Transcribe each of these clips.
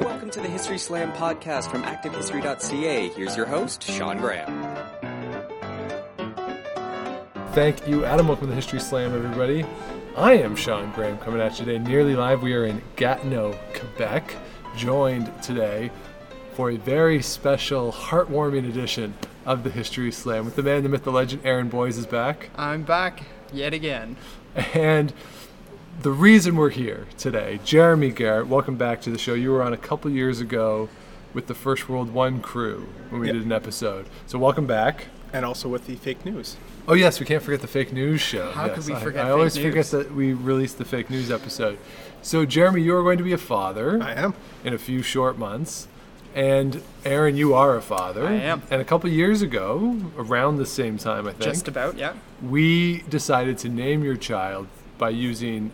Welcome to the History Slam podcast from ActiveHistory.ca. Here's your host, Sean Graham. Thank you, Adam. Welcome to the History Slam, everybody. I am Sean Graham coming at you today, nearly live. We are in Gatineau, Quebec, joined today for a very special, heartwarming edition of the History Slam with the man, the myth, the legend, Aaron Boys is back. I'm back yet again. And the reason we're here today, Jeremy Garrett, welcome back to the show. You were on a couple years ago with the First World One crew when we Yep. did an episode. So, welcome back. and also with the fake news. Oh yes, we can't forget the fake news show. How yes, could we I- forget I, fake always news? forget that we released the fake news episode. So Jeremy, you are going to be a father I am. in a few short months, and Aaron, you are a father. I am. And a couple years ago, around the same time, I think, Just about, yeah. we decided to name your child by using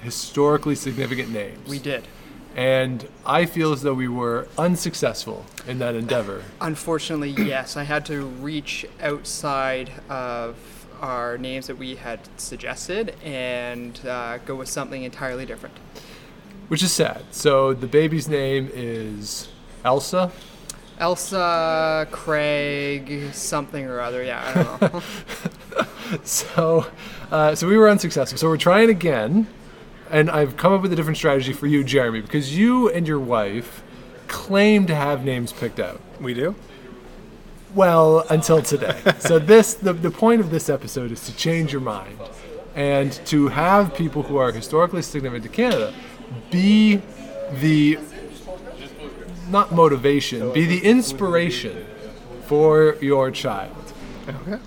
historically significant names. We did. And I feel as though we were unsuccessful in that endeavor. Unfortunately, yes, I had to reach outside of our names that we had suggested and uh, go with something entirely different. Which is sad. So the baby's name is Elsa. Elsa, Craig, something or other, yeah, I don't know. So, uh, so we were unsuccessful. So we're trying again, and I've come up with a different strategy for you, Jeremy, because you and your wife claim to have names picked out. We do. Well, until today. so this, the, the point of this episode is to change your mind and to have people who are historically significant to Canada be the not motivation, be the inspiration for your child. Okay.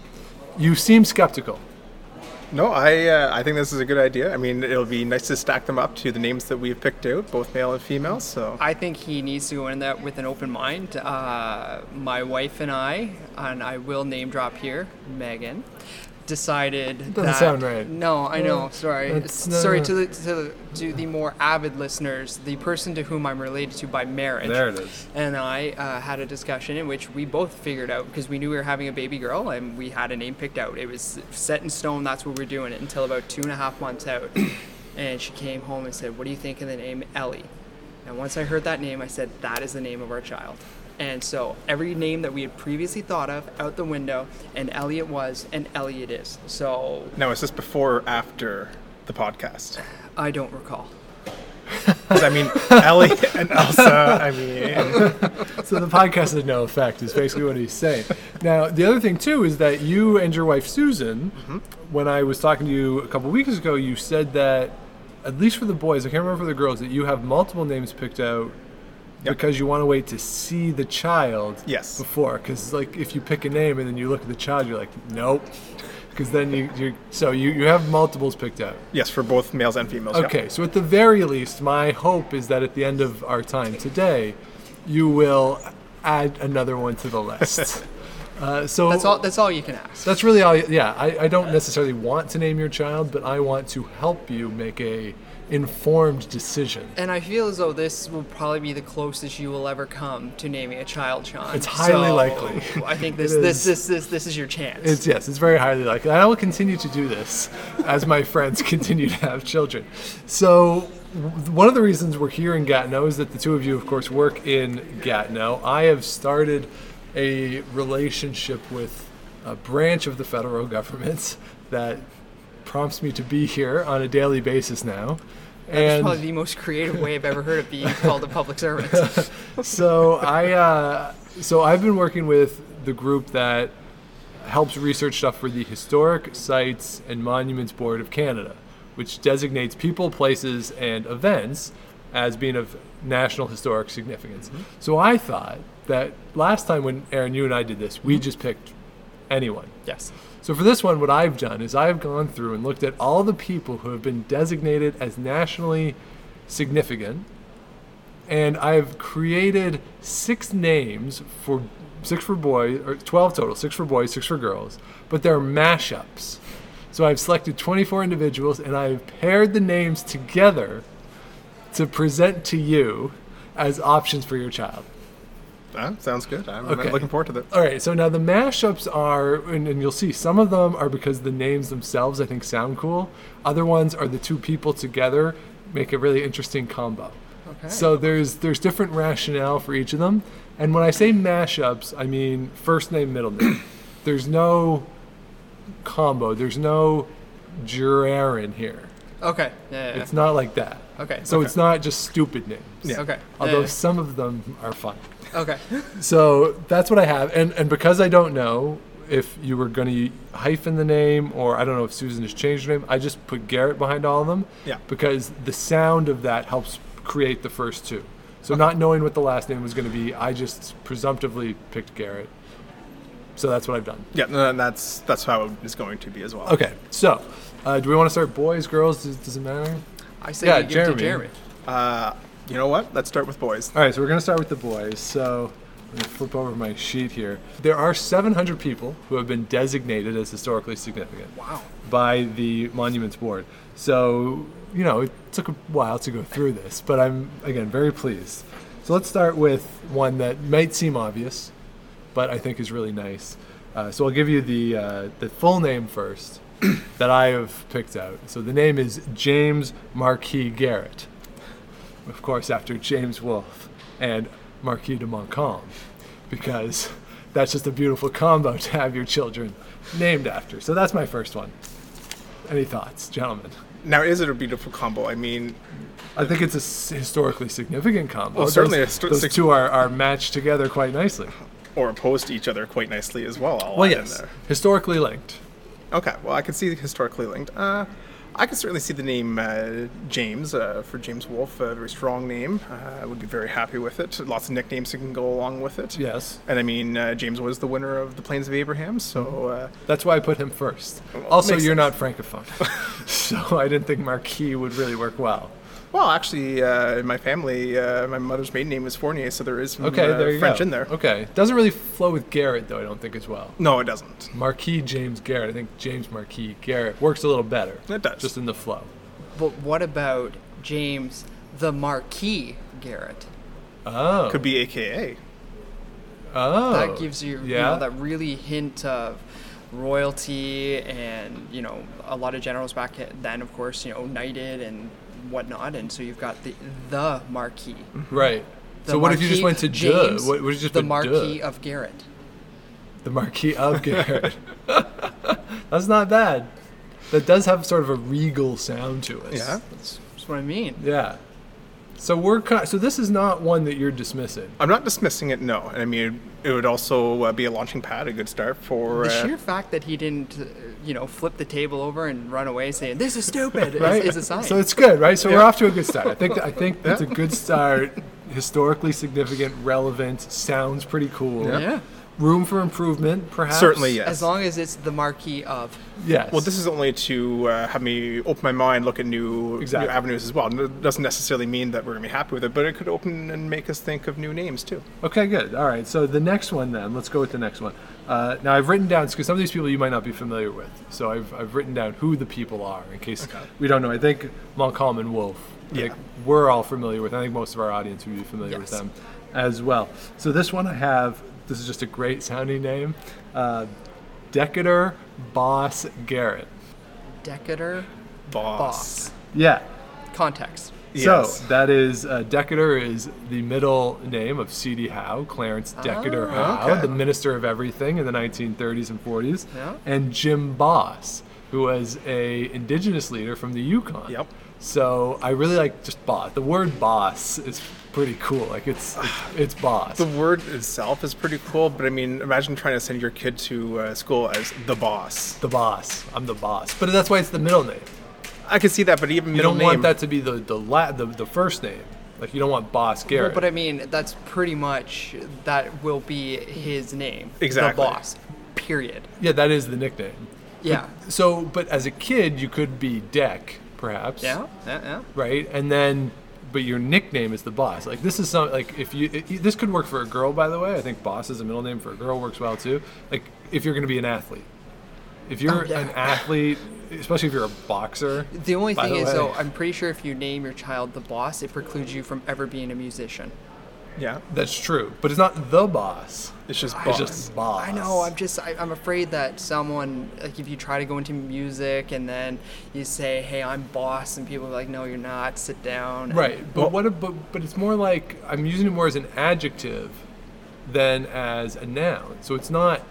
You seem skeptical. No, I uh, I think this is a good idea. I mean, it'll be nice to stack them up to the names that we've picked out, both male and female. So I think he needs to go in that with an open mind. Uh, my wife and I, and I will name drop here, Megan, decided Doesn't that- sound right. No, I know. Sorry, that's, S- sorry uh, to the, to the to the more avid listeners. The person to whom I'm related to by marriage. There it is. And I uh, had a discussion in which we both figured out because we knew we were having a baby girl and we had a name picked out. It was set in stone. That's what we were doing it until about two and a half months out. and she came home and said, "What do you think of the name Ellie?" And once I heard that name, I said, "That is the name of our child." And so every name that we had previously thought of out the window, and Ellie it was, and Ellie it is. So now, is this before or after the podcast? I don't recall. 'Cause, I mean, Ellie and Elsa. I mean, So the podcast had no effect, is basically what he's saying. Now, the other thing, too, is that you and your wife, Susan, Mm-hmm. when I was talking to you a couple weeks ago, you said that, at least for the boys, I can't remember for the girls, that you have multiple names picked out Yep. because you want to wait to see the child Yes. before. Because, like, if you pick a name and then you look at the child, you're like, nope. Because then you, you so you, you have multiples picked out. yes, for both males and females. yeah. Okay, so at the very least, my hope is that at the end of our time today, you will add another one to the list. uh, so That's all. That's all you can ask. that's really all. Yeah, I, I don't necessarily want to name your child, but I want to help you make a informed decision. And I feel as though this will probably be the closest you will ever come to naming a child, Sean. It's highly likely. I think this, It is. this, this, this, this is your chance. It's yes, it's very highly likely. And I will continue to do this as my friends continue to have children. So w- one of the reasons we're here in Gatineau is that the two of you, of course, work in Gatineau. I have started a relationship with a branch of the federal government that prompts me to be here on a daily basis now. It's And probably the most creative way I've ever heard of being called a public servant. so I uh, so I've been working with the group that helps research stuff for the Historic Sites and Monuments Board of Canada, which designates people, places, and events as being of national historic significance. So I thought that last time when Aaron, you and I did this, we just picked anyone. yes. So for this one, what I've done is I've gone through and looked at all the people who have been designated as nationally significant, and I've created six names for six for boys or 12 total, six for boys, six for girls, but they're mashups. So I've selected 24 individuals and I've paired the names together to present to you as options for your child. Uh, sounds good. I'm, I'm Okay. looking forward to that. All right, so now the mashups are, and, and you'll see some of them are because the names themselves I think sound cool. Other ones are the two people together make a really interesting combo. Okay. So there's there's different rationale for each of them. And when I say mashups, I mean first name, middle name. there's no combo. There's no Jurarin here. okay. Yeah, yeah, yeah. It's not like that. Okay. So it's not just stupid names. Yeah. Okay. Uh, Although Yeah, some of them are fun. yeah. okay. So that's what I have. And and because I don't know if you were going to hyphen the name or I don't know if Susan has changed her name, I just put Garrett behind all of them. Yeah. Because the sound of that helps create the first two. So not knowing what the last name was going to be, I just presumptively picked Garrett. So that's what I've done. Yeah, no, that's that's how it's going to be as well. Okay. So uh, do we want to start boys, girls? Does, does it matter? I say Yeah, we give it to Jeremy. Jeremy. Uh, you know what? Let's start with boys. All right, so we're going to start with the boys. So I'm going to flip over my sheet here. There are 700 people who have been designated as historically significant Wow. by the Monuments Board. So, you know, it took a while to go through this, but I'm, again, very pleased. So let's start with one that might seem obvious, but I think is really nice. Uh, so I'll give you the, uh, the full name first that I have picked out. So the name is James Marquis Garrett, of course, after James Wolfe and Marquis de Montcalm, because that's just a beautiful combo to have your children named after. So that's my first one. Any thoughts, gentlemen? Now, is it a beautiful combo? I mean, I think it's a s- historically significant combo. Well, certainly a those, histo- those sig- two are, are matched together quite nicely. or opposed to each other quite nicely as well. I'll Well, add in yes, there. historically linked. Okay. Well, I can see historically linked. Uh, I can certainly see the name uh, James uh, for James Wolfe. A very strong name. Uh, I would be very happy with it. Lots of nicknames that can go along with it. Yes, And I mean, uh, James was the winner of the Plains of Abraham, so uh, that's why I put him first. Well, Also, makes you're not francophone, so I didn't think Marquis would really work well. Well, actually, uh, in my family, uh, my mother's maiden name is Fournier, so there is some Okay, uh, there you French go. in there. Okay, doesn't really flow with Garrett though. I don't think as well. No, it doesn't. Marquis James Garrett. I think James Marquis Garrett works a little better. It does. Just in the flow. But what about James the Marquis Garrett? Oh. Could be AKA. oh. that gives you, you yeah. know, that really hint of royalty and, you know, a lot of generals back then, of course, you know, knighted and whatnot. And so you've got the the Marquis. right. The so what if you just Marquis went to James, James, What, what if you just the put Marquis Duh? of Garrett. The Marquis of Garrett. That's not bad. That does have sort of a regal sound to it. Yeah. That's, that's what I mean. Yeah. So we're ki so this is not one that you're dismissing. I'm not dismissing it, no. I mean, it would also uh, be a launching pad, a good start for. The uh, sheer fact that he didn't, uh, you know, flip the table over and run away saying "this is stupid" is- Right? is, a sign. So it's good, right? So we're Yeah. off to a good start. I think I think it's a good start. Historically significant, relevant, sounds pretty cool. yeah. Room for improvement, perhaps. Certainly, yes. As long as it's the marquee of. Yes. well, this is only to uh, have me open my mind, look at new, Exactly. new avenues as well. It doesn't necessarily mean that we're going to be happy with it, but it could open and make us think of new names, too. Okay, good. All right. So the next one, then, let's go with the next one. Uh, now, I've written down because some of these people you might not be familiar with. So I've, I've written down who the people are in case we don't know. I think Montcalm and Wolfe, Yeah. like, we're all familiar with. I think most of our audience would be familiar with Yes. them as well. So this one I have, this is just a great sounding name uh, Decatur Boss Garrett. Decatur Boss. Boss. Yeah. Context. Yes. So that is uh, Decatur is the middle name of C.D. Howe, Clarence Decatur Howe, Oh, okay. the minister of everything in the 1930s and 40s, Yeah. and Jim Boss, who was a indigenous leader from the Yukon. Yep. So I really like just Boss. The word Boss is pretty cool. Like it's it's, it's Boss. The word itself is pretty cool, but I mean, imagine trying to send your kid to uh, school as the boss. the boss. I'm the boss. But that's why it's the middle name. I can see that, but even You middle don't name. want that to be the the, la- the the first name. Like you don't want Boss Well, Garrett. but I mean, that's pretty much that will be his name. Exactly. The boss. Period. yeah, that is the nickname. Yeah. So, but as a kid, you could be Deck, perhaps. Yeah. Yeah. Yeah. Right, and then, but your nickname is the boss. Like this is some like if you it, this could work for a girl, by the way. I think boss is a middle name for a girl works well too. Like if you're going to be an athlete, if you're Oh, yeah. an athlete, especially if you're a boxer. The only by thing the is, way- though, I'm pretty sure if you name your child the boss, it precludes you from ever being a musician. Yeah. That's true, but it's not the boss. It's just It's boss. just boss. I know. I'm just. I, I'm afraid that someone, like, if you try to go into music and then you say, "Hey, I'm boss," and people are like, "No, you're not. Sit down." and- Right, but what? a- But, but it's more like I'm using it more as an adjective than as a noun. So it's not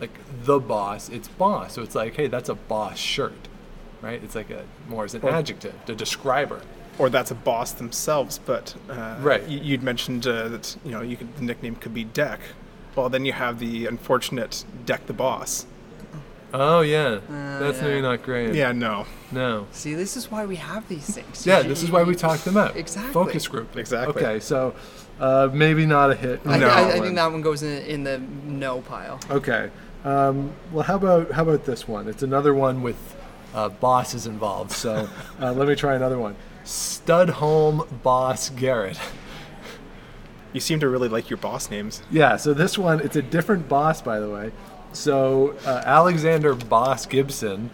like the boss; it's boss. So it's like, hey, that's a boss shirt, right? It's like a more as an adjective, the describer. or that's a boss themselves. But uh, Right. y- you'd mentioned uh, that you know you could, the nickname could be Deck. Well, then you have the unfortunate Deck the Boss. Oh yeah, that's Uh, yeah. maybe not great. Yeah, no, no. See, this is why we have these things. Yeah, You- this is you- why you- we talked them out. Exactly. Focus group. Exactly. Okay, so uh, maybe not a hit. I, No. I, I think that one goes in, in the no pile. Okay. Um, well, how about how about this one? It's another one with uh, bosses involved. So uh, let me try another one. Studholm Boss Garrett. you seem to really like your boss names. Yeah. So this one, it's a different boss, by the way. So uh, Alexander Boss Gibson,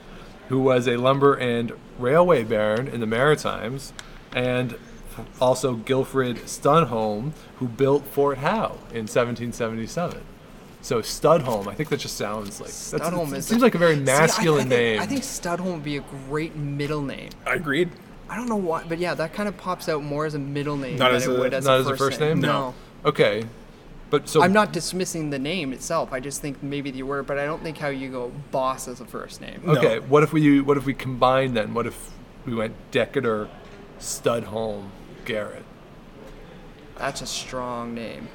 who was a lumber and railway baron in the Maritimes, and also Guilfred Studholm, who built Fort Howe in 1777. So Studholm, I think that just sounds like that's- Studholm it is seems like a very See, I- masculine I, think, name. I think Studholm would be a great middle name. I agreed. I don't know why, but yeah, that kind of pops out more as a middle name Not than as it a- would as, not a, as a first first name? No. No. Okay, but so I'm not dismissing the name itself. I just think maybe the word, but I don't think how you go boss as a first name. Okay, what if we what if we combine then? What if we went Decatur, Studholm, Garrett? That's a strong name.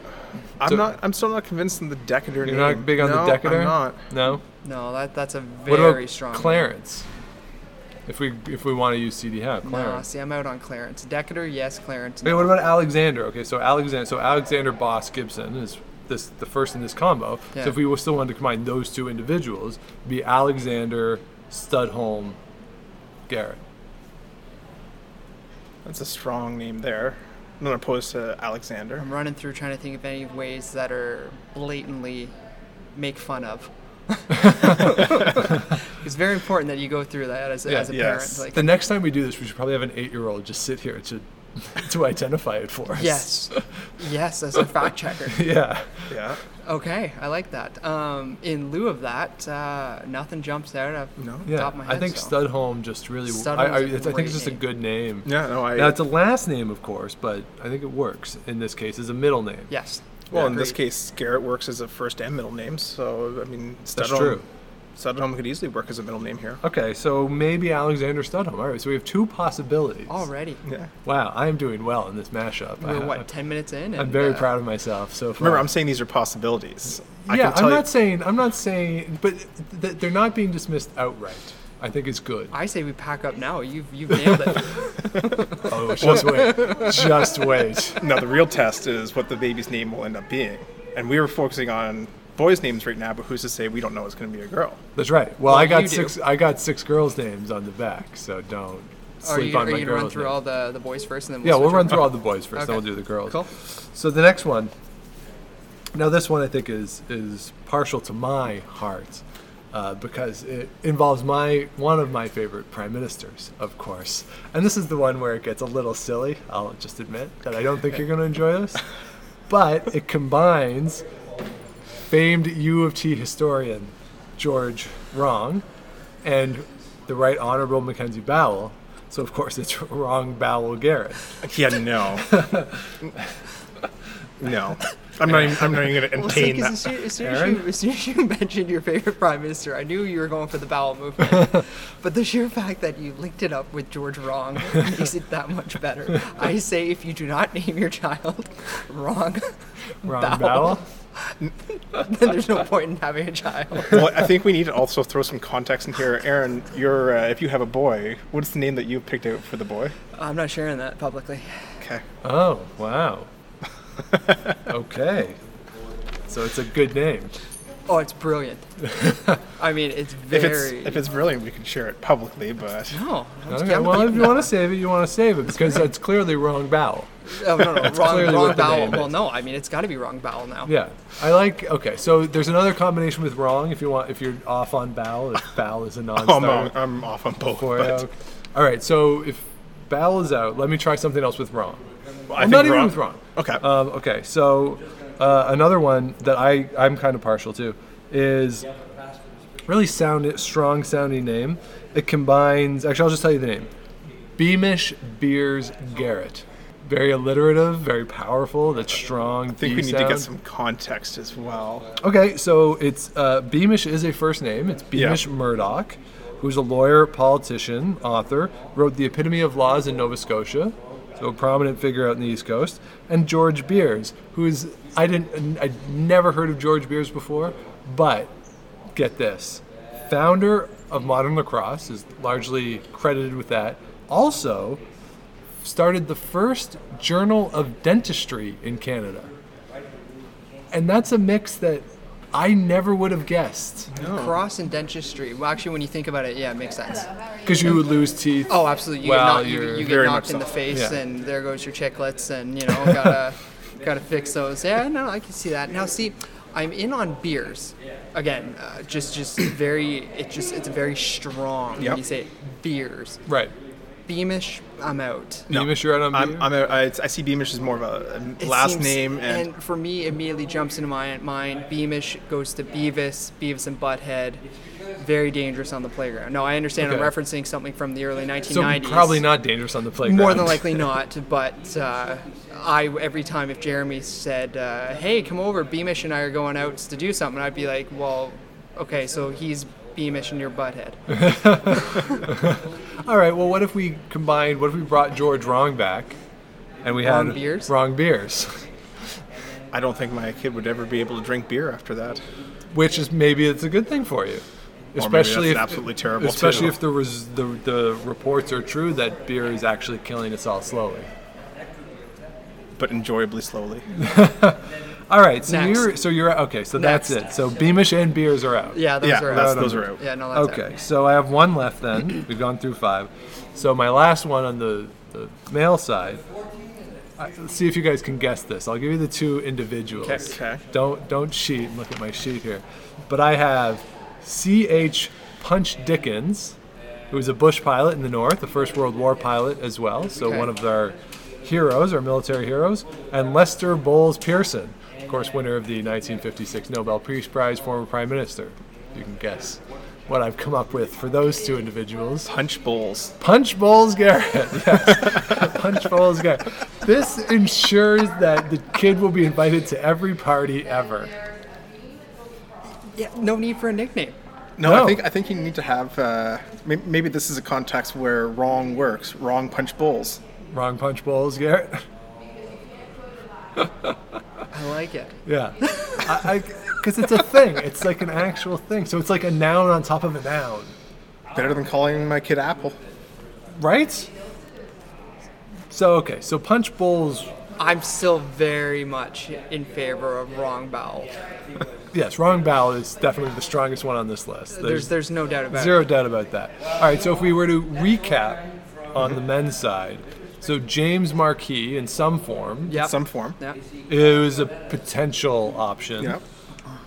I'm So- not. I'm still not convinced in the You're Decatur name. not big on no, the Decatur. I'm not. No. No, that that's a What very about strong. Clarence? If we if we want to use CD Hap, Name. Nah, Clarence. see, I'm out on Clarence. Decatur, yes, Clarence. Wait, no. what about Alexander? Okay, so Alexander, so Alexander Boss Gibson is this the first in this combo. Yeah. So if we were still wanted to combine those two individuals, it'd be Alexander, Studholm, Garrett. That's a strong name there. I'm not opposed to Alexander. I'm running through trying to think of any ways that are blatantly make fun of. it's very important that you go through that as a, Yeah. as a Yes. parent. The Like, next time we do this, we should probably have an eight-year-old just sit here to to identify it for us. yes, yes, as a fact checker. Yeah. Yeah. Okay, I like that. Um, in lieu of that, uh, nothing jumps out of No. Yeah. top of my I head, think so. Studholm just really. Studholm's I, I, a it's, I think great it's just name. a good name. Yeah. No. I. Now it's a last name, of course, but I think it works in this case as a middle name. Yes. well, in this Agreed. case, Garrett works as a first and middle name. So I mean, That's Studholm- true. Studholm could easily work as a middle name here. Okay, so maybe Alexander Studholm. All right, so we have two possibilities. Already. Yeah. Wow, I am doing well in this mashup. I, We're what, 10 minutes in? I'm and, very uh, proud of myself so far. Remember, I'm saying these are possibilities. I yeah, can tell I'm not you, saying. I'm not saying, but th- th- they're not being dismissed outright. I think it's good. I say we pack up now. You've, you've nailed it. Oh, just wait. Just wait. Now, the real test is what the baby's name will end up being. And we were focusing on boys' names right now, but who's to say we don't know it's going to be a girl? That's right. Well, Well, I you got do. six. I got six girls' names on the back, so don't are sleep you, on are my you going to girls' run through names. all the, the boys first and then we'll yeah, we'll switch run over? through all the boys first, then Okay. we'll do the girls. Cool. So the next one. Now this one I think is is partial to my heart uh, because it involves my one of my favorite prime ministers, of course. And this is the one where it gets a little silly. I'll just admit that I don't think you're going to enjoy this, but it combines famed U of T historian George Wrong and the Right Honorable Mackenzie Bowell. So of course it's Wrong Bowell Garrett. Yeah, no. no. I'm not even, I'm not even going to Well, see, entertain 'cause as that. soon, as, soon as, you, Aaron? as soon as you mentioned your favorite prime minister, I knew you were going for the bowel movement. but the sheer fact that you linked it up with George Wrong makes it that much better. I say if you do not name your child Wrong, Wrong Bowell. Bowell. then there's no point in having a child. Well, I think we need to also throw some context in here. Aaron, you're, uh, if you have a boy, what's the name that you picked out for the boy? I'm not sharing that publicly. Okay. Oh, wow. okay. So it's a good name. Oh, it's brilliant. I mean, it's If very. it's, if it's brilliant, we can share it publicly, but. no, I'm just- Okay, I'm well, like- if you want to save it, you want to save it because that's clearly wrong vowel. oh, no, no, wrong, clearly wrong what the bowel. name Well, is. no, I mean, it's got to be wrong bowel now. Yeah. I like okay, so there's another combination with wrong if you want if you're off on vowel, if vowel is a I'm, non-starter. on, I'm off on both. Boy, but- oh. All right, so if Bal is out, let me try something else with wrong. I Well, think not you're even wrong. Uh, with wrong. Okay. Um, okay. So uh, another one that I I'm kind of partial to is really sound strong sounding name. It combines. Actually, I'll just tell you the name. Beamish Beers Garrett. Very alliterative, very powerful. That's strong. I think B we need to get sound. some context as well. Okay, so it's uh, Beamish is a first name. It's Beamish Murdoch, who's a lawyer, politician, author, wrote The Epitome of Laws in Nova Scotia, so a prominent figure out in the East Coast, and George Beers, who's I didn't I'd never heard of George Beers before, but get this, founder of modern lacrosse is largely credited with that. Also, started the first Journal of Dentistry in Canada and that's a mix that I never would have guessed Cross and dentistry. Well, actually, when you think about it, yeah, it makes sense. because you would lose teeth. Oh, absolutely. You Well, get knocked, you, you're you get very knocked much in the so. face, Yeah. and there goes your chiclets, and you know, gotta gotta fix those. Yeah, no, I can see that. Now, see, I'm in on beers. Again, uh, just just very, it just it's very strong Yep. when you say it. beers. right. Beamish, I'm out. Beamish, you're out on I'm, beer? I'm a, I, I see Beamish as more of a, a It last seems- name and, for me it immediately jumps into my mind beamish goes to beavis beavis and butthead very dangerous on the playground no i understand i'm Okay. referencing something from the early so 1990s probably not dangerous on the playground. more than likely not but uh, i every time if jeremy said uh, hey come over beamish and i are going out to do something i'd be like well okay so he's beamish and you're butthead All right. Well, what if we combined? What if we brought George Wrong back, and we Wrong had beers? Wrong beers, I don't think my kid would ever be able to drink beer after that. which is maybe it's a good thing for you, especially if that's absolutely terrible, Especially too. if the, res, the the reports are true that beer is actually killing us all slowly. But enjoyably slowly. All right. So Next. you're so you're okay. So that's Next. it. So Beamish and beers are out. yeah those yeah, are that's, out. those are out. yeah no that's Okay, out. so I have one left then. We've gone through five. So my last one on the, the male side. I, let's see if you guys can guess this. I'll give you the two individuals. Okay. Okay. Don't don't cheat and look at my sheet here. But I have C. H. Punch Dickens, who was a bush pilot in the North, a First World War pilot as well. So Okay. one of our heroes, our military heroes, and Lester Bowles Pearson, of course, winner of the 1956 Nobel Peace Prize, former prime minister. You can guess what I've come up with for those two individuals. Punch bowls. Punch Bowles Garrett. Yes. Punch Bowles Garrett. This ensures that the kid will be invited to every party ever. yeah no need for a nickname No, No. I think I think you need to have. Uh, may- maybe this is a context where wrong works. Wrong punch bowls. Wrong Punch Bowles Garrett. i like it Yeah. I because it's a thing. It's like an actual thing. So it's like a noun on top of a noun, Better than calling my kid Apple. right? So okay. So Punch Bowles. I'm still very much in favor of wrong bowel. Yes, wrong vowel is definitely the strongest one on this list. There's there's no doubt about Zero it. doubt about that. All right, so if we were to recap on the men's side, so James Marquis in some form Yep. Some form. Yep. is a potential option. Yep.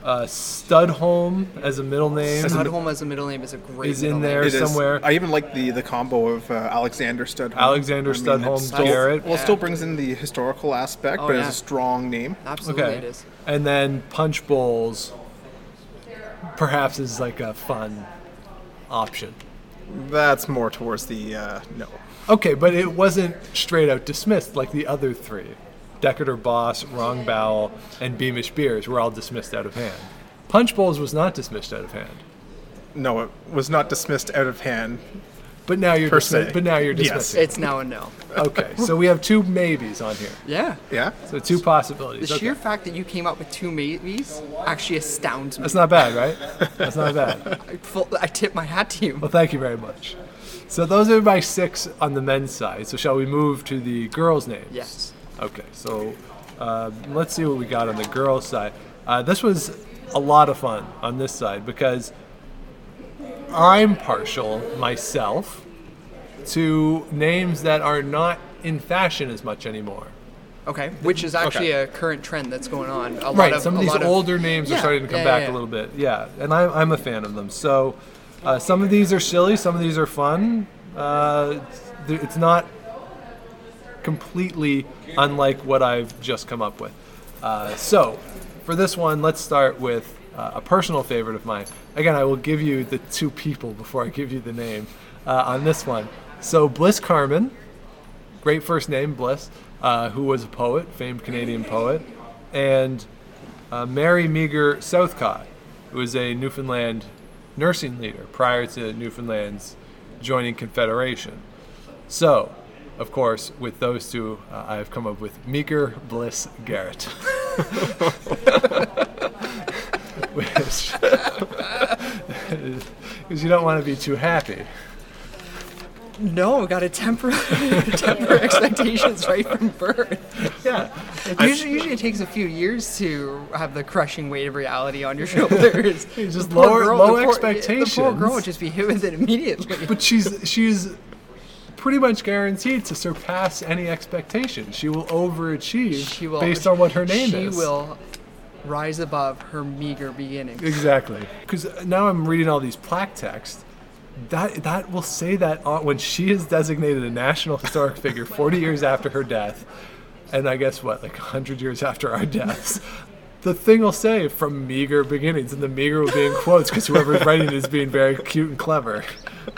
Uh, Studholm as a middle name Studholm as a middle name is a great is in middle there It is. somewhere. I even like the the combo of uh, Alexander Studholm. Alexander it Studholm still- Garrett. Well, it still brings in the historical aspect, Oh, but yeah. it's a strong name. Name. Absolutely it okay, is. and then Punch Bowls perhaps is like a fun option. That's more towards the uh, no. Okay, but it wasn't straight out dismissed like the other three. Decatur Boss, Wrong Bowel, and Beamish Beers were all dismissed out of hand. Punch Bowls was not dismissed out of hand. No, it was not dismissed out of hand. But now you're Per se. dismi- but now you're Yes. dismissing. It's now a no. Okay, so we have two maybes on here. Yeah. Yeah. So two The possibilities. sheer Okay. fact that you came up with two maybes actually astounds me. That's not bad, right? That's not bad. I, full, I tip my hat to you. Well, thank you very much. So those are my six on the men's side. So shall we move to the girls' names? Yes. Okay, so uh, let's see what we got on the girls' side. Uh, this was a lot of fun on this side because I'm partial myself to names that are not in fashion as much anymore. Okay. Which is actually Okay. a current trend that's going on. A lot Right, of some of a these lot older names are Yeah, starting to come yeah, back yeah, a yeah. little bit. Yeah, and I'm, I'm a fan of them. So uh, some of these are silly, some of these are fun. Uh, it's- it's not completely unlike what I've just come up with. Uh, so, for this one, let's start with uh, a personal favorite of mine. Again, I will give you the two people before I give you the name uh, on this one. So, Bliss Carmen, great first name, Bliss, uh, who was a poet, famed Canadian poet, and uh, Mary Meager Southcott, who was a Newfoundland nursing leader prior to Newfoundland's joining Confederation. So, of course, with those two, uh, I have come up with Meager Bliss Garrett. Which, because you don't want to be too happy. No, got to temper temper expectations right from birth. Yeah. Usually, usually it takes a few years to have the crushing weight of reality on your shoulders. Just The poor lower- low the poor- The poor expectations. girl would just be hit with it immediately. But she's she's pretty much guaranteed to surpass any expectation. She will overachieve she will, based on what her name she is. will rise above her meager beginnings. Exactly. Because now I'm reading all these plaque texts. That that will say that on, when she is designated a national historic figure 40 years after her death, and I guess what like 100 years after our deaths. The thing will say from meager beginnings, and the meager will be in quotes because whoever's writing it is being very cute and clever.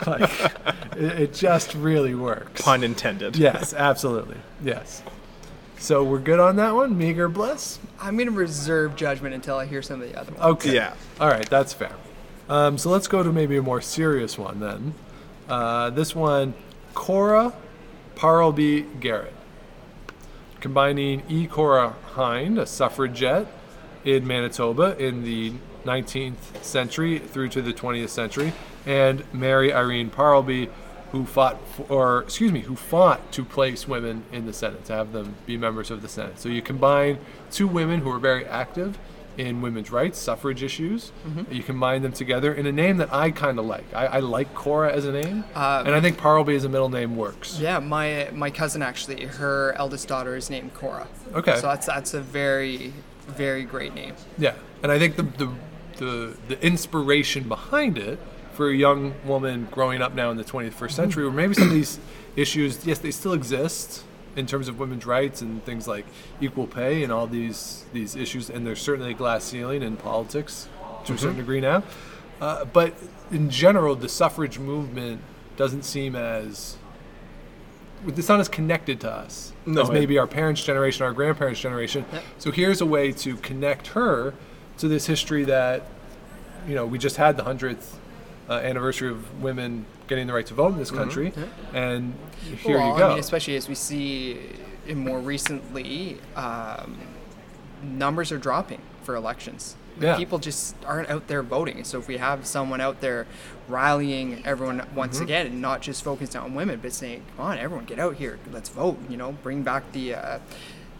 Like, it, it just really works. Pun intended. Yes, absolutely. Yes. So we're good on that one. Meager bliss. I'm going to reserve judgment until I hear some of the other ones. Okay. Yeah. All right, that's fair. Um, so let's go to maybe a more serious one then. Uh, this one, Cora Parlby Garrett, combining E. Cora Hind, a suffragette in Manitoba in the 19th century through to the 20th century, and Mary Irene Parlby, who fought for, or excuse me, who fought to place women in the Senate, to have them be members of the Senate. So you combine two women who were very active in women's rights, suffrage issues. You combine them together in a name that I kind of like. I, I like Cora as a name, Uh, and I think Parlby as a middle name works. Yeah, my my cousin actually, her eldest daughter is named Cora. Okay. So that's that's a very very great name. Yeah, and I think the the the, the inspiration behind it for a young woman growing up now in the 21st century, or maybe some of these issues, yes, they still exist in terms of women's rights and things like equal pay and all these these issues, and there's certainly a glass ceiling in politics to a certain degree now. Uh, but in general, the suffrage movement doesn't seem as it's not as connected to us No, as it- maybe our parents' generation, our grandparents' generation. So here's a way to connect her to this history that, you know, we just had the hundredth uh, anniversary of women getting the right to vote in this country, and here well, you go. I mean, especially as we see in more recently, um, numbers are dropping for elections. Like, Yeah. People just aren't out there voting. So if we have someone out there rallying everyone once Mm-hmm. again, and not just focused on women, but saying, "Come on, everyone, get out here, let's vote." You know, bring back the uh,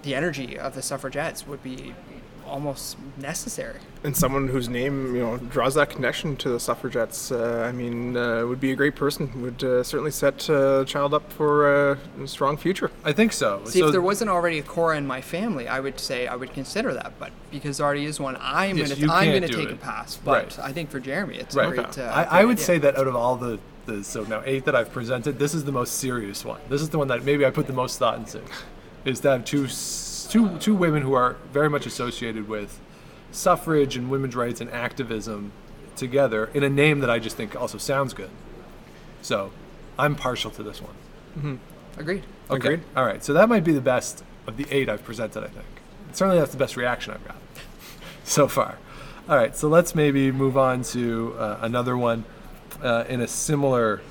the energy of the suffragettes would be almost necessary. And someone whose name you know draws that connection to the suffragettes. Uh, I mean, uh, would be a great person. Would uh, certainly set uh, child up for uh, a strong future. I think so. See, so if there wasn't already a Cora in my family, I would say I would consider that. But because there already is one, I'm Yes, you gonna I'm can't gonna do take it. a pass. But Right. I think for Jeremy, it's right. a great. Uh, I, I great would idea. say that out of all the, the so now eight that I've presented, this is the most serious one. This is the one that maybe I put the most thought into, is to have two s- two two women who are very much associated with suffrage and women's rights and activism together in a name that I just think also sounds good. So, I'm partial to this one. agreed. Okay. Agreed. All right. So that might be the best of the eight I've presented, I think. Certainly that's the best reaction I've got so far. All right. So let's maybe move on to uh, another one uh, in a similar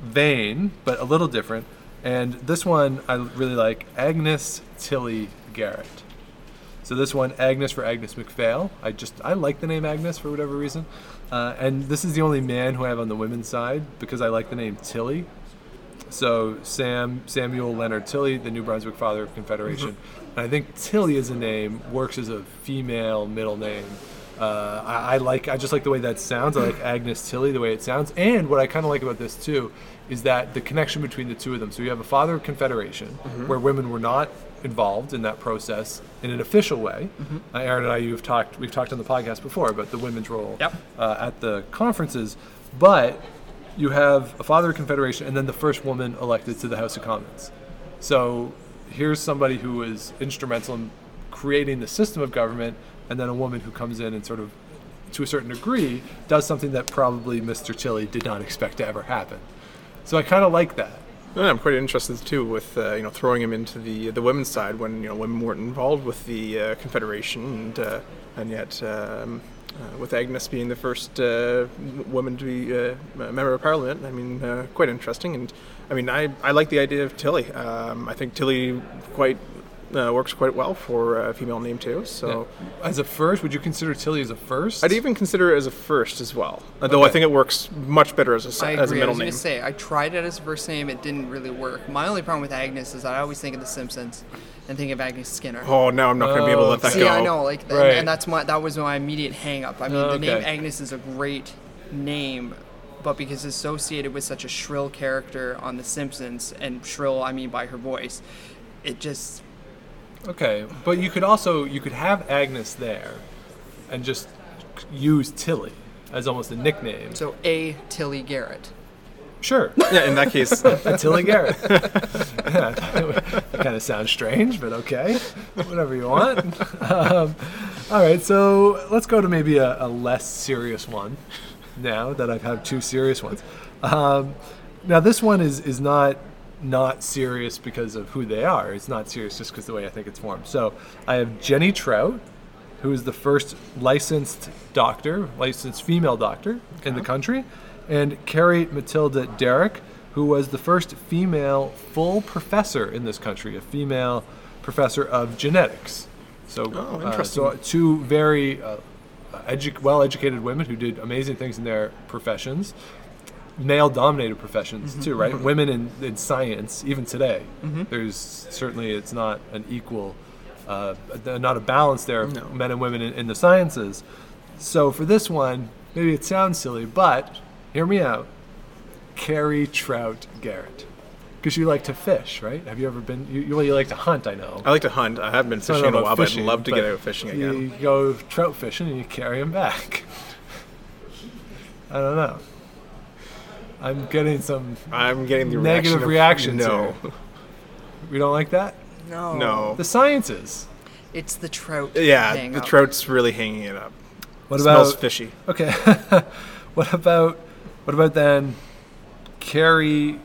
vein, but a little different. And this one I really like Agnes Tilly Garrett. So this one, Agnes for Agnes MacPhail. I just I like the name Agnes for whatever reason, uh, and this is the only man who I have on the women's side because I like the name Tilly. So Sam Samuel Leonard Tilly, the New Brunswick father of Confederation, and I think Tilly as a name works as a female middle name. Uh, I, I like I just like the way that sounds. I like Agnes Tilly the way it sounds, and what I kind of like about this too is that the connection between the two of them. So you have a father of Confederation where women were not involved in that process in an official way. Uh, Aaron and I, you've talked we've talked on the podcast before about the women's role Yep. uh, at the conferences, but you have a father of confederation and then the first woman elected to the House of Commons. So here's somebody who was instrumental in creating the system of government, and then a woman who comes in and sort of, to a certain degree, does something that probably Mr. Tilly did not expect to ever happen. So I kind of like that. No, no, I'm quite interested too with uh, you know throwing him into the the women's side when you know women weren't involved with the uh, Confederation and uh, and yet um, uh, with Agnes being the first uh, w- woman to be uh, a member of Parliament. I mean, uh, quite interesting and I mean I, I like the idea of Tilly. Um, I think Tilly quite uh, works quite well for a female name too. So. As a first, would you consider Tilly as a first? I'd even consider it as a first as well, although I Okay. think it works much better as a, se- I as a agree. I middle was name. gonna say I tried it as a first name. It didn't really work. My only problem with Agnes is I always think of The Simpsons and think of Agnes Skinner. Oh, now I'm not going to be able to let Oh, that See, go. I know, like, and- Right. and that's my that was my immediate hang up. I mean, Oh, the name okay. Agnes is a great name, but because it's associated with such a shrill character on The Simpsons, and shrill I mean by her voice, it just Okay, but you could also you could have Agnes there, and just use Tilly as almost a nickname. so a Tilly Garrett. Sure, Yeah, in that case, Tilly Garrett. kind of sounds strange, but okay, whatever you want. Um, all right, so let's go to maybe a, a less serious one. Now that I've had two serious ones, um, now this one is is not not serious because of who they are. It's not serious just because the way I think it's formed. So I have Jenny Trout, who is the first licensed doctor, licensed female doctor in the country, and Carrie Matilda Derrick, who was the first female full professor in this country, a female professor of genetics. So, Oh, uh, so interesting. two very uh, edu- well-educated women who did amazing things in their professions, male-dominated professions too, right? women in, in science, even today, there's certainly it's not an equal, uh, uh, not a balance there of No. men and women in, in the sciences. So for this one, maybe it sounds silly, but hear me out. Carrie Trout Garrett. Because you like to fish, right? Have you ever been? You, you- well, you like to hunt, I know. I like to hunt. I haven't been I don't fishing know in a about while, but I'd fishing, love to get but out fishing you- again. You go trout fishing and you carry them back. I don't know. I'm getting some. I'm getting the Negative reaction reactions of, No, We don't like that. No, no. The sciences. it's the trout. Uh, yeah, hang the up. trout's really hanging it up. What It about smells fishy? okay? what about what about then? Carrie,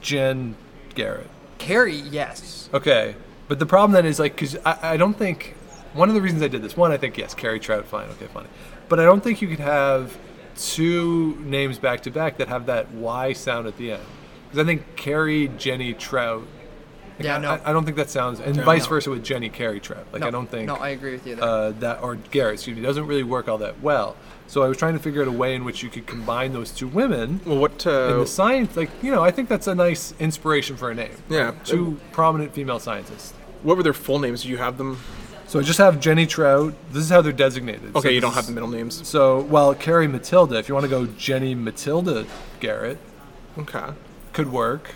Jen, Garrett. Carrie, yes. Okay, but the problem then is like because I, I don't think one of the reasons I did this one I think yes Carrie Trout fine okay fine, but I don't think you could have two names back to back that have that Y sound at the end because I think Carrie Jenny Trout. like, Yeah, I, no. I, I don't think that sounds and vice no. versa with Jenny Carrie Trout. Like No, I don't think No, I agree with you there. uh, that or Garrett excuse me doesn't really work all that well. So I was trying to figure out a way in which you could combine those two women. Well, what? in Uh, the science, like you know, I think that's a nice inspiration for a name. Yeah. two prominent female scientists. what were their full names? Do you have them? So I just have Jenny Trout. This is how they're designated. So Okay, you this don't have is- the middle names. So, well, Carrie Matilda, if you want to go Jenny Matilda Garrett, Okay. could work.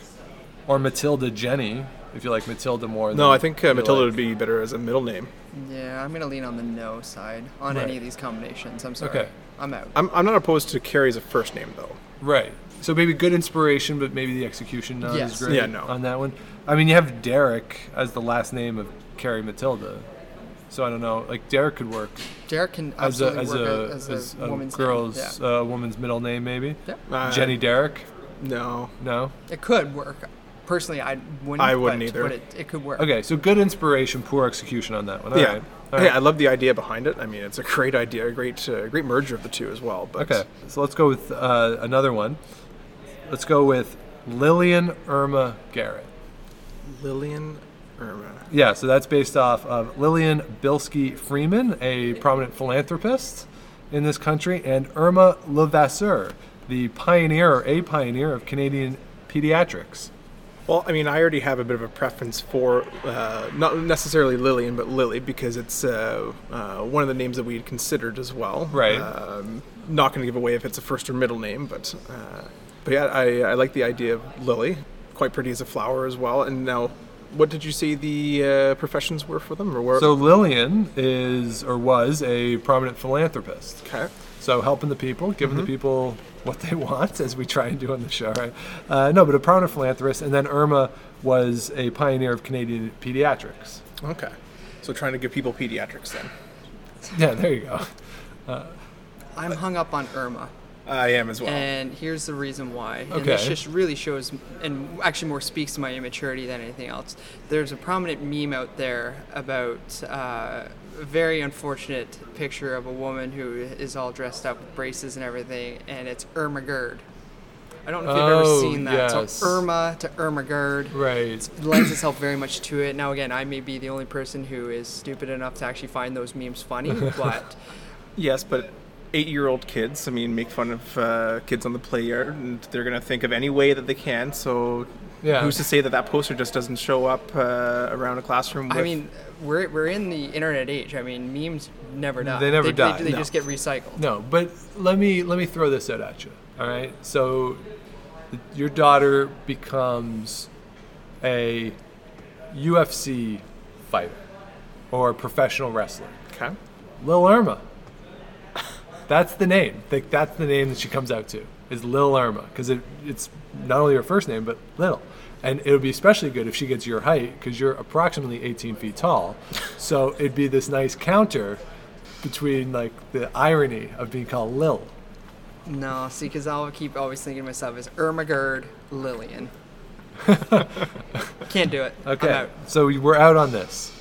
Or Matilda Jenny, if you like Matilda more. No, than I think uh, you Matilda like- would be better as a middle name. yeah, I'm gonna lean on the no side on Right. any of these combinations. I'm sorry. Okay. I'm out. I'm, I'm not opposed to Carrie as a first name though. Right. So maybe good inspiration, but maybe the execution not Yes. as great Yeah, no. on that one. I mean, you have Derek as the last name of Carrie Matilda. So I don't know. Like, Derek could work Derek can as a, absolutely as work a, as a, as a woman's name. girl's Yeah. uh, woman's middle name, maybe. Yeah. Uh, Jenny Derek? No. No. It could work. Personally, I wouldn't. I wouldn't but, either. But it, it could work. Okay, so good inspiration, poor execution on that one. All yeah. right. All right. Yeah, I love the idea behind it. I mean, it's a great idea, a great, uh, great merger of the two as well. But Okay, so let's go with uh, another one. Let's go with Lillian Irma Garrett. Lillian Irma. Yeah, so that's based off of Lillian Bilski Freeman, a prominent philanthropist in this country, and Irma Levasseur, the pioneer or a pioneer of Canadian pediatrics. Well, I mean, I already have a bit of a preference for uh, not necessarily Lillian, but Lily, because it's uh, uh, one of the names that we had considered as well. Right. Um, not going to give away if it's a first or middle name, but uh, but yeah, I, I like the idea of Lily. Quite pretty as a flower as well. And now, what did you say the uh, professions were for them, or where? So Lillian is or was a prominent philanthropist. okay. So helping the people, giving the people what they want, as we try and do on the show, right? Uh, no, but a prominent philanthropist, and then Irma was a pioneer of Canadian pediatrics. Okay. So trying to give people pediatrics then. Yeah, there you go. I'm hung up on Irma. I am as well. And here's the reason why. And this Okay. just really shows, and actually more speaks to my immaturity than anything else. There's a prominent meme out there about uh, a very unfortunate picture of a woman who is all dressed up with braces and everything, and it's Irma Gerd. I don't know if you've ever Oh, seen that. yes. So Irma to Irma Gerd. Right. It lends itself very much to it. Now, again, I may be the only person who is stupid enough to actually find those memes funny, but yes, but eight-year-old kids. I mean, make fun of uh, kids on the play yard, and they're gonna think of any way that they can. So. Yeah. Who's to say that that poster just doesn't show up uh, around a classroom? With I mean, we're, we're in the internet age. I mean, memes never die. They never they, die, They, they no. just get recycled. No, but let me let me throw this out at you. All right. So your daughter becomes a UFC fighter or a professional wrestler. okay. Lil Irma. That's the name. Like that's the name that she comes out to is Lil Irma because it, it's not only her first name but Lil, and it would be especially good if she gets your height because you're approximately 18 feet tall, so it'd be this nice counter between like the irony of being called Lil. No, see, because I'll keep always thinking to myself as Irma Gerd Lillian. Can't do it. I'm Okay, out. so we're out on this,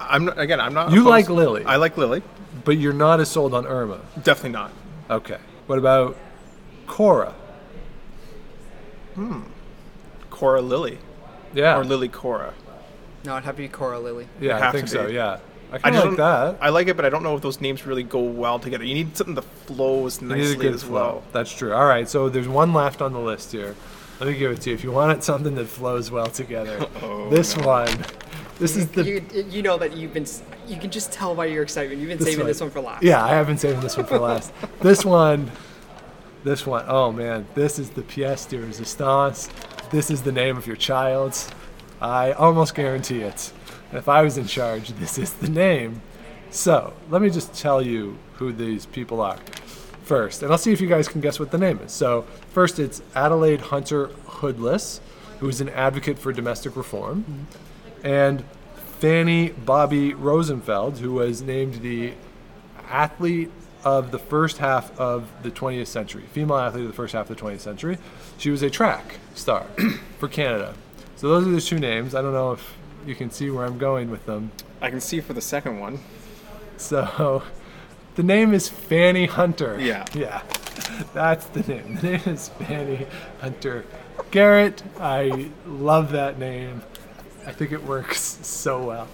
I'm not, again. I'm not. You like opposed- Lily. I like Lily. but you're not as sold on Irma. Definitely not. Okay, what about Cora? Cora Lily Yeah, or Lily Cora. No, it'd have to be Cora Lily. It'd yeah, I have to think so. be. Yeah, I I kind of just like don't- that. I like it, but I don't know if those names really go well together. You need something that flows It is nicely as well. That's true. All right, so there's one left on the list here. Let me give it to you. If you wanted something that flows well together, Oh, this one, this is the You, you know that you've been. s- You can just tell by your excitement. You've been saving this one for last. Yeah, I have been saving this one for last. this one, this one, oh man, this is the pièce de résistance. This is the name of your child's. I almost guarantee it. If I was in charge, this is the name. So let me just tell you who these people are first, and I'll see if you guys can guess what the name is. So first, it's Adelaide Hunter Hoodless, who is an advocate for domestic reform and Fanny Bobby Rosenfeld, who was named the athlete of the first half of the 20th century, female athlete of the first half of the 20th century. She was a track star for Canada. So those are the two names. I don't know if you can see where I'm going with them. I can see for the second one. So the name is Fanny Hunter. Yeah. Yeah. That's the name. The name is Fanny Hunter Garrett. I love that name. I think it works so well.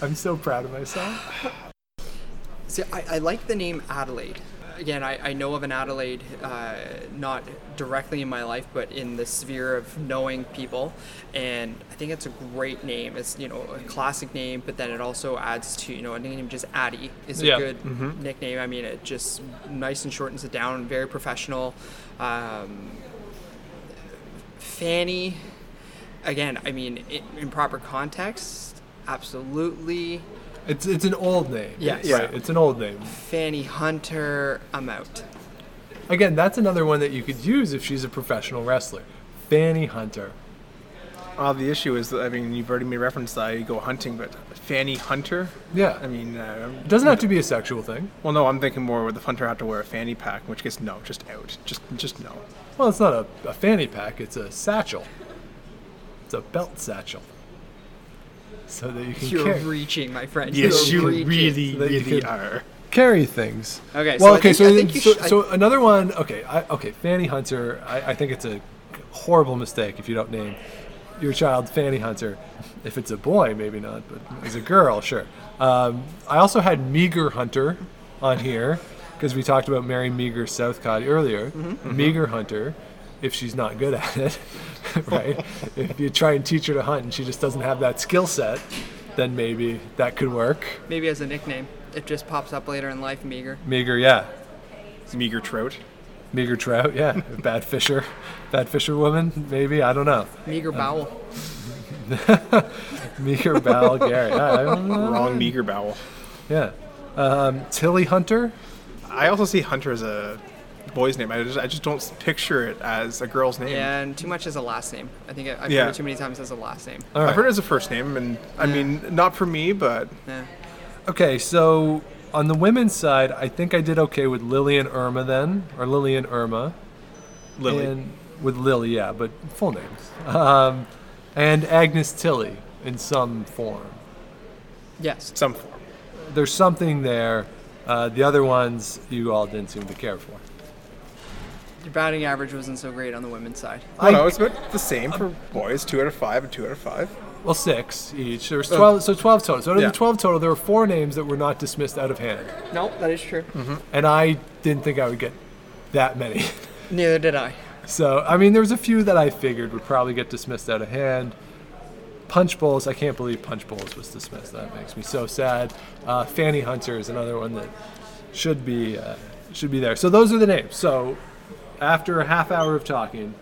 I'm so proud of myself. See, I, I like the name Adelaide. Again, I, I know of an Adelaide, uh, not directly in my life, but in the sphere of knowing people, and I think it's a great name. It's you know a classic name, but then it also adds to you know a name just Addy is a Yeah. good nickname. I mean, it just nice and shortens it down. Very professional. Um, Fanny, again, I mean, in, in proper context, absolutely. It's it's an old name. Yes. Right, It's an old name. Fanny Hunter, I'm out. Again, that's another one that you could use if she's a professional wrestler. Fanny Hunter. Uh, the issue is, that, I mean, you've already made reference that I go hunting, but Fanny Hunter. Yeah. I mean, uh, It doesn't have to be a sexual thing. well, no, I'm thinking more where the hunter had to wear a fanny pack, in which case, no, just out, just, just no. Well, it's not a, a fanny pack, it's a satchel. It's a belt satchel. So that you can You're carry. reaching, my friend. Yes, You're you reaching. really, They really could- are. carry things. Well, Okay, so I okay. think- so, I think you so, should- I- so another one. Okay. I, okay. Fanny Hunter. I, I think it's a horrible mistake if you don't name your child Fanny Hunter. If it's a boy, maybe not, but as a girl, sure. Um, I also had Meager Hunter on here because we talked about Mary Meager Southcott earlier. Mm-hmm. Meager Hunter, if she's not good at it, right? if you try and teach her to hunt and she just doesn't have that skill set, then maybe that could work. Maybe as a nickname. It just pops up later in life, meager. Meager, yeah. Meager trout. Meager trout, yeah. Bad fisher, bad fisherwoman, maybe. I don't know. Oh, Meager bowel. Meager Bal Garrett. I don't know. Wrong meager bowel. Yeah. Um, Tilly Hunter. I also see hunter as a boy's name. I just I just don't picture it as a girl's name. and too much as a last name. I think I, I've Yeah. heard it too many times as a last name. All right. I've heard it as a first name, and I mean, not for me, but Yeah. Okay, so on the women's side, I think I did okay with Lily and Irma then, or Lily and Irma. Lily. And with Lily, yeah, but full names. Um, and Agnes Tilly in some form. Yes. some form. There's something there. Uh, the other ones you all didn't seem to care for. Your batting average wasn't so great on the women's side. I don't I- know. It's about the same for boys. Two out of five and two out of five. Well, six each. There was 12, so 12 total. So out of Yeah. the 12 total, there were four names that were not dismissed out of hand. No, that is true. Hmm. And I didn't think I would get that many. Neither did I. So I mean, there was a few that I figured would probably get dismissed out of hand. Punch Bowls, I can't believe Punch Bowls was dismissed. That makes me so sad. Uh, Fanny Hunter is another one that should be uh, should be there. So those are the names. So after a half hour of talking,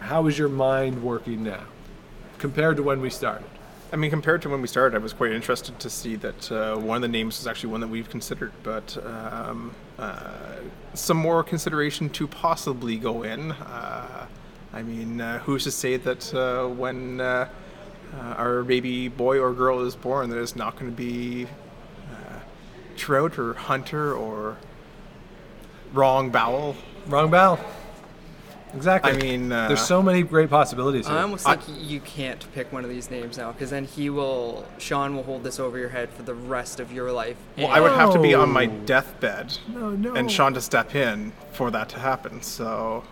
how is your mind working now compared to when we started? I mean, compared to when we started, I was quite interested to see that uh, one of the names is actually one that we've considered, but um, uh, some more consideration to possibly go in. Uh, I mean, uh, who's to say that uh, when uh, uh, our baby boy or girl is born, that it's not going to be uh, Trout or Hunter or Wrong Bowel? Wrong bell. Exactly. I mean, uh, there's so many great possibilities. Here. I almost I- think you can't pick one of these names now, because then he will, Sean will hold this over your head for the rest of your life. Well, I would have to be on my No. deathbed No, no. and Sean to step in for that to happen, so.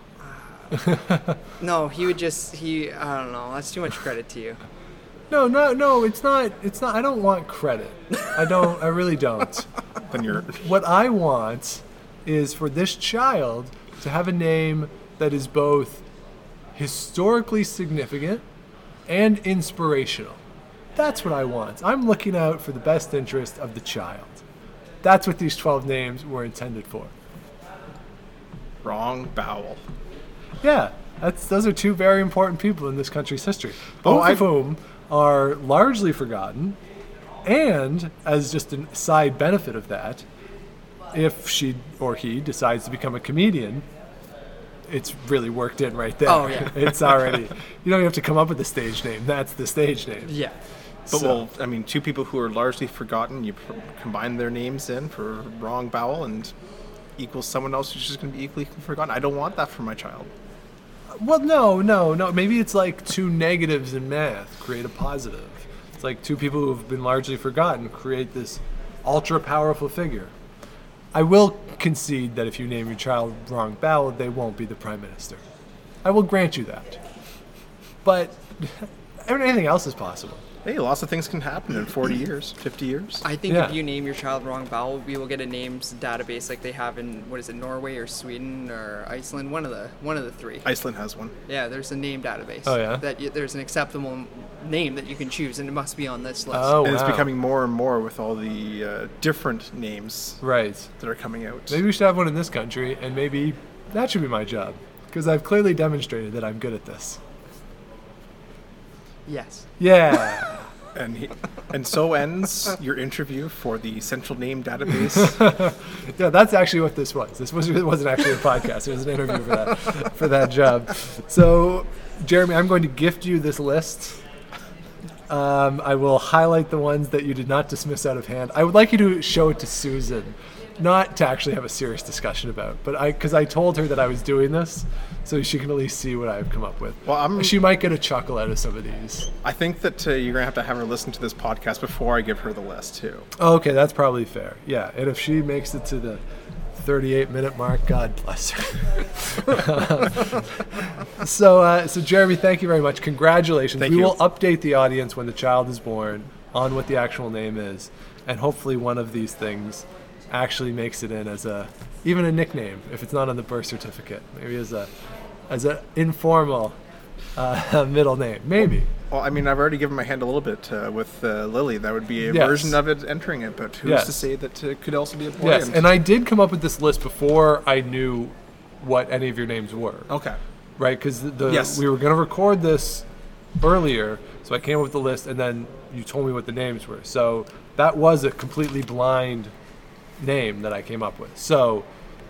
No, he would just he. I don't know. That's too much credit to you. no, no, no. It's not. It's not. I don't want credit. I don't. I really don't. Then you're What I want is for this child to have a name that is both historically significant and inspirational. That's what I want. I'm looking out for the best interest of the child. That's what these 12 names were intended for. wrong bowel. Yeah, that's, those are two very important people in this country's history, Oh, both I- of whom are largely forgotten. And as just a side benefit of that, if she or he decides to become a comedian, it's really worked in right there. Oh, yeah. it's already, you don't have to come up with a stage name. That's the stage name. Yeah. But So- well, I mean, two people who are largely forgotten. You pr- combine their names in for wrong bowel and equals someone else who's just going to be equally forgotten. I don't want that for my child. Well, no, no, no. Maybe it's like two negatives in math create a positive. It's like two people who have been largely forgotten create this ultra powerful figure. I will concede that if you name your child wrong bowel, they won't be the prime minister. I will grant you that. But anything else is possible. Hey, lots of things can happen in 40 years, 50 years. I think Yeah. if you name your child wrong vowel, we will get a names database like they have in what is it, Norway or Sweden or Iceland? One of the one of the three. Iceland has one. yeah, there's a name database. Oh, yeah? That you, there's an acceptable name that you can choose, and it must be on this list. Oh, and it's wow. becoming more and more with all the uh, different names right. that are coming out. Maybe we should have one in this country, and maybe that should be my job because I've clearly demonstrated that I'm good at this. Yes. Yeah. And, he, and so ends your interview for the Central Name Database. Yeah, that's actually what this was. This was it wasn't actually a podcast. It was an interview for that for that job. So, Jeremy, I'm going to gift you this list. Um, I will highlight the ones that you did not dismiss out of hand. I would like you to show it to Susan, not to actually have a serious discussion about, but I because I told her that I was doing this, so she can at least see what I've come up with. Well, I'm- she might get a chuckle out of some of these. I think that uh, you're going to have to have her listen to this podcast before I give her the list, too. Oh, Okay, that's probably fair. Yeah, and if she makes it to the 38 minute mark, God bless her. so, uh, so Jeremy, thank you very much. Congratulations. Thank we you. will update the audience when the child is born on what the actual name is, and hopefully one of these things actually makes it in as a even a nickname if it's not on the birth certificate. Maybe as a as an informal uh, middle name. Maybe. Well, I mean, I've already given my hand a little bit uh, with uh, Lily. That would be a Yes. version of it entering it, but who's Yes. to say that uh, could also be a boy? Yes, and I did come up with this list before I knew what any of your names were. okay. Right, because the Oh. Yes. we were going to record this earlier, so I came up with the list, and then you told me what the names were. So that was a completely blind name that I came up with. So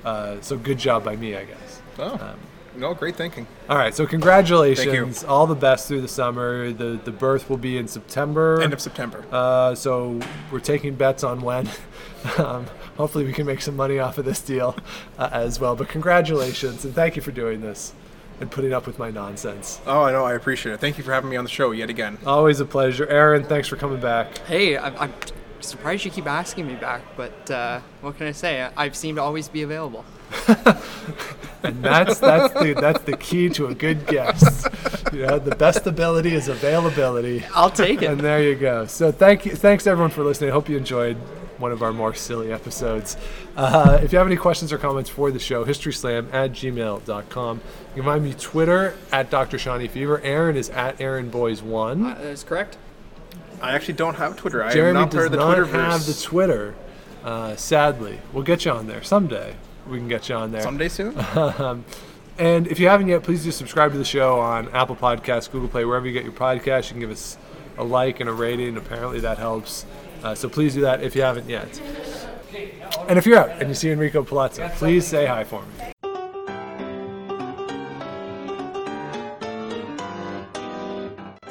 Uh, so good job by me, I guess. Oh, Um, no, great thinking. All right, so congratulations. All the best through the summer. The the birth will be in September. End of September. Uh, so we're taking bets on when. um, hopefully, we can make some money off of this deal uh, as well. But congratulations and thank you for doing this and putting up with my nonsense. oh, I know. I appreciate it. Thank you for having me on the show yet again. Always a pleasure, Aaron. Thanks for coming back. Hey, I'm, I'm surprised you keep asking me back, but uh, what can I say? I, I seem to always be available. And that's that's the that's the key to a good guest. You know, the best ability is availability. I'll take And it. there you go. So thank you, thanks everyone for listening. I hope you enjoyed one of our more silly episodes. Uh, if you have any questions or comments for the show, historyslam at gmail.com. You can find me Twitter at Dr. Shawnee Fever. Aaron is at Aaron Boys One. That's correct. I actually don't have Twitter. I am Jeremy not part does of the not Twitterverse. have the Twitter. Uh, sadly, we'll get you on there someday. We can get you on there. Someday soon. Um, And if you haven't yet, please do subscribe to the show on Apple Podcasts, Google Play, wherever you get your podcast. You can give us a like and a rating. Apparently, that helps. Uh, so please do that if you haven't yet. And if you're out and you see Enrico Palazzo, please say hi for me.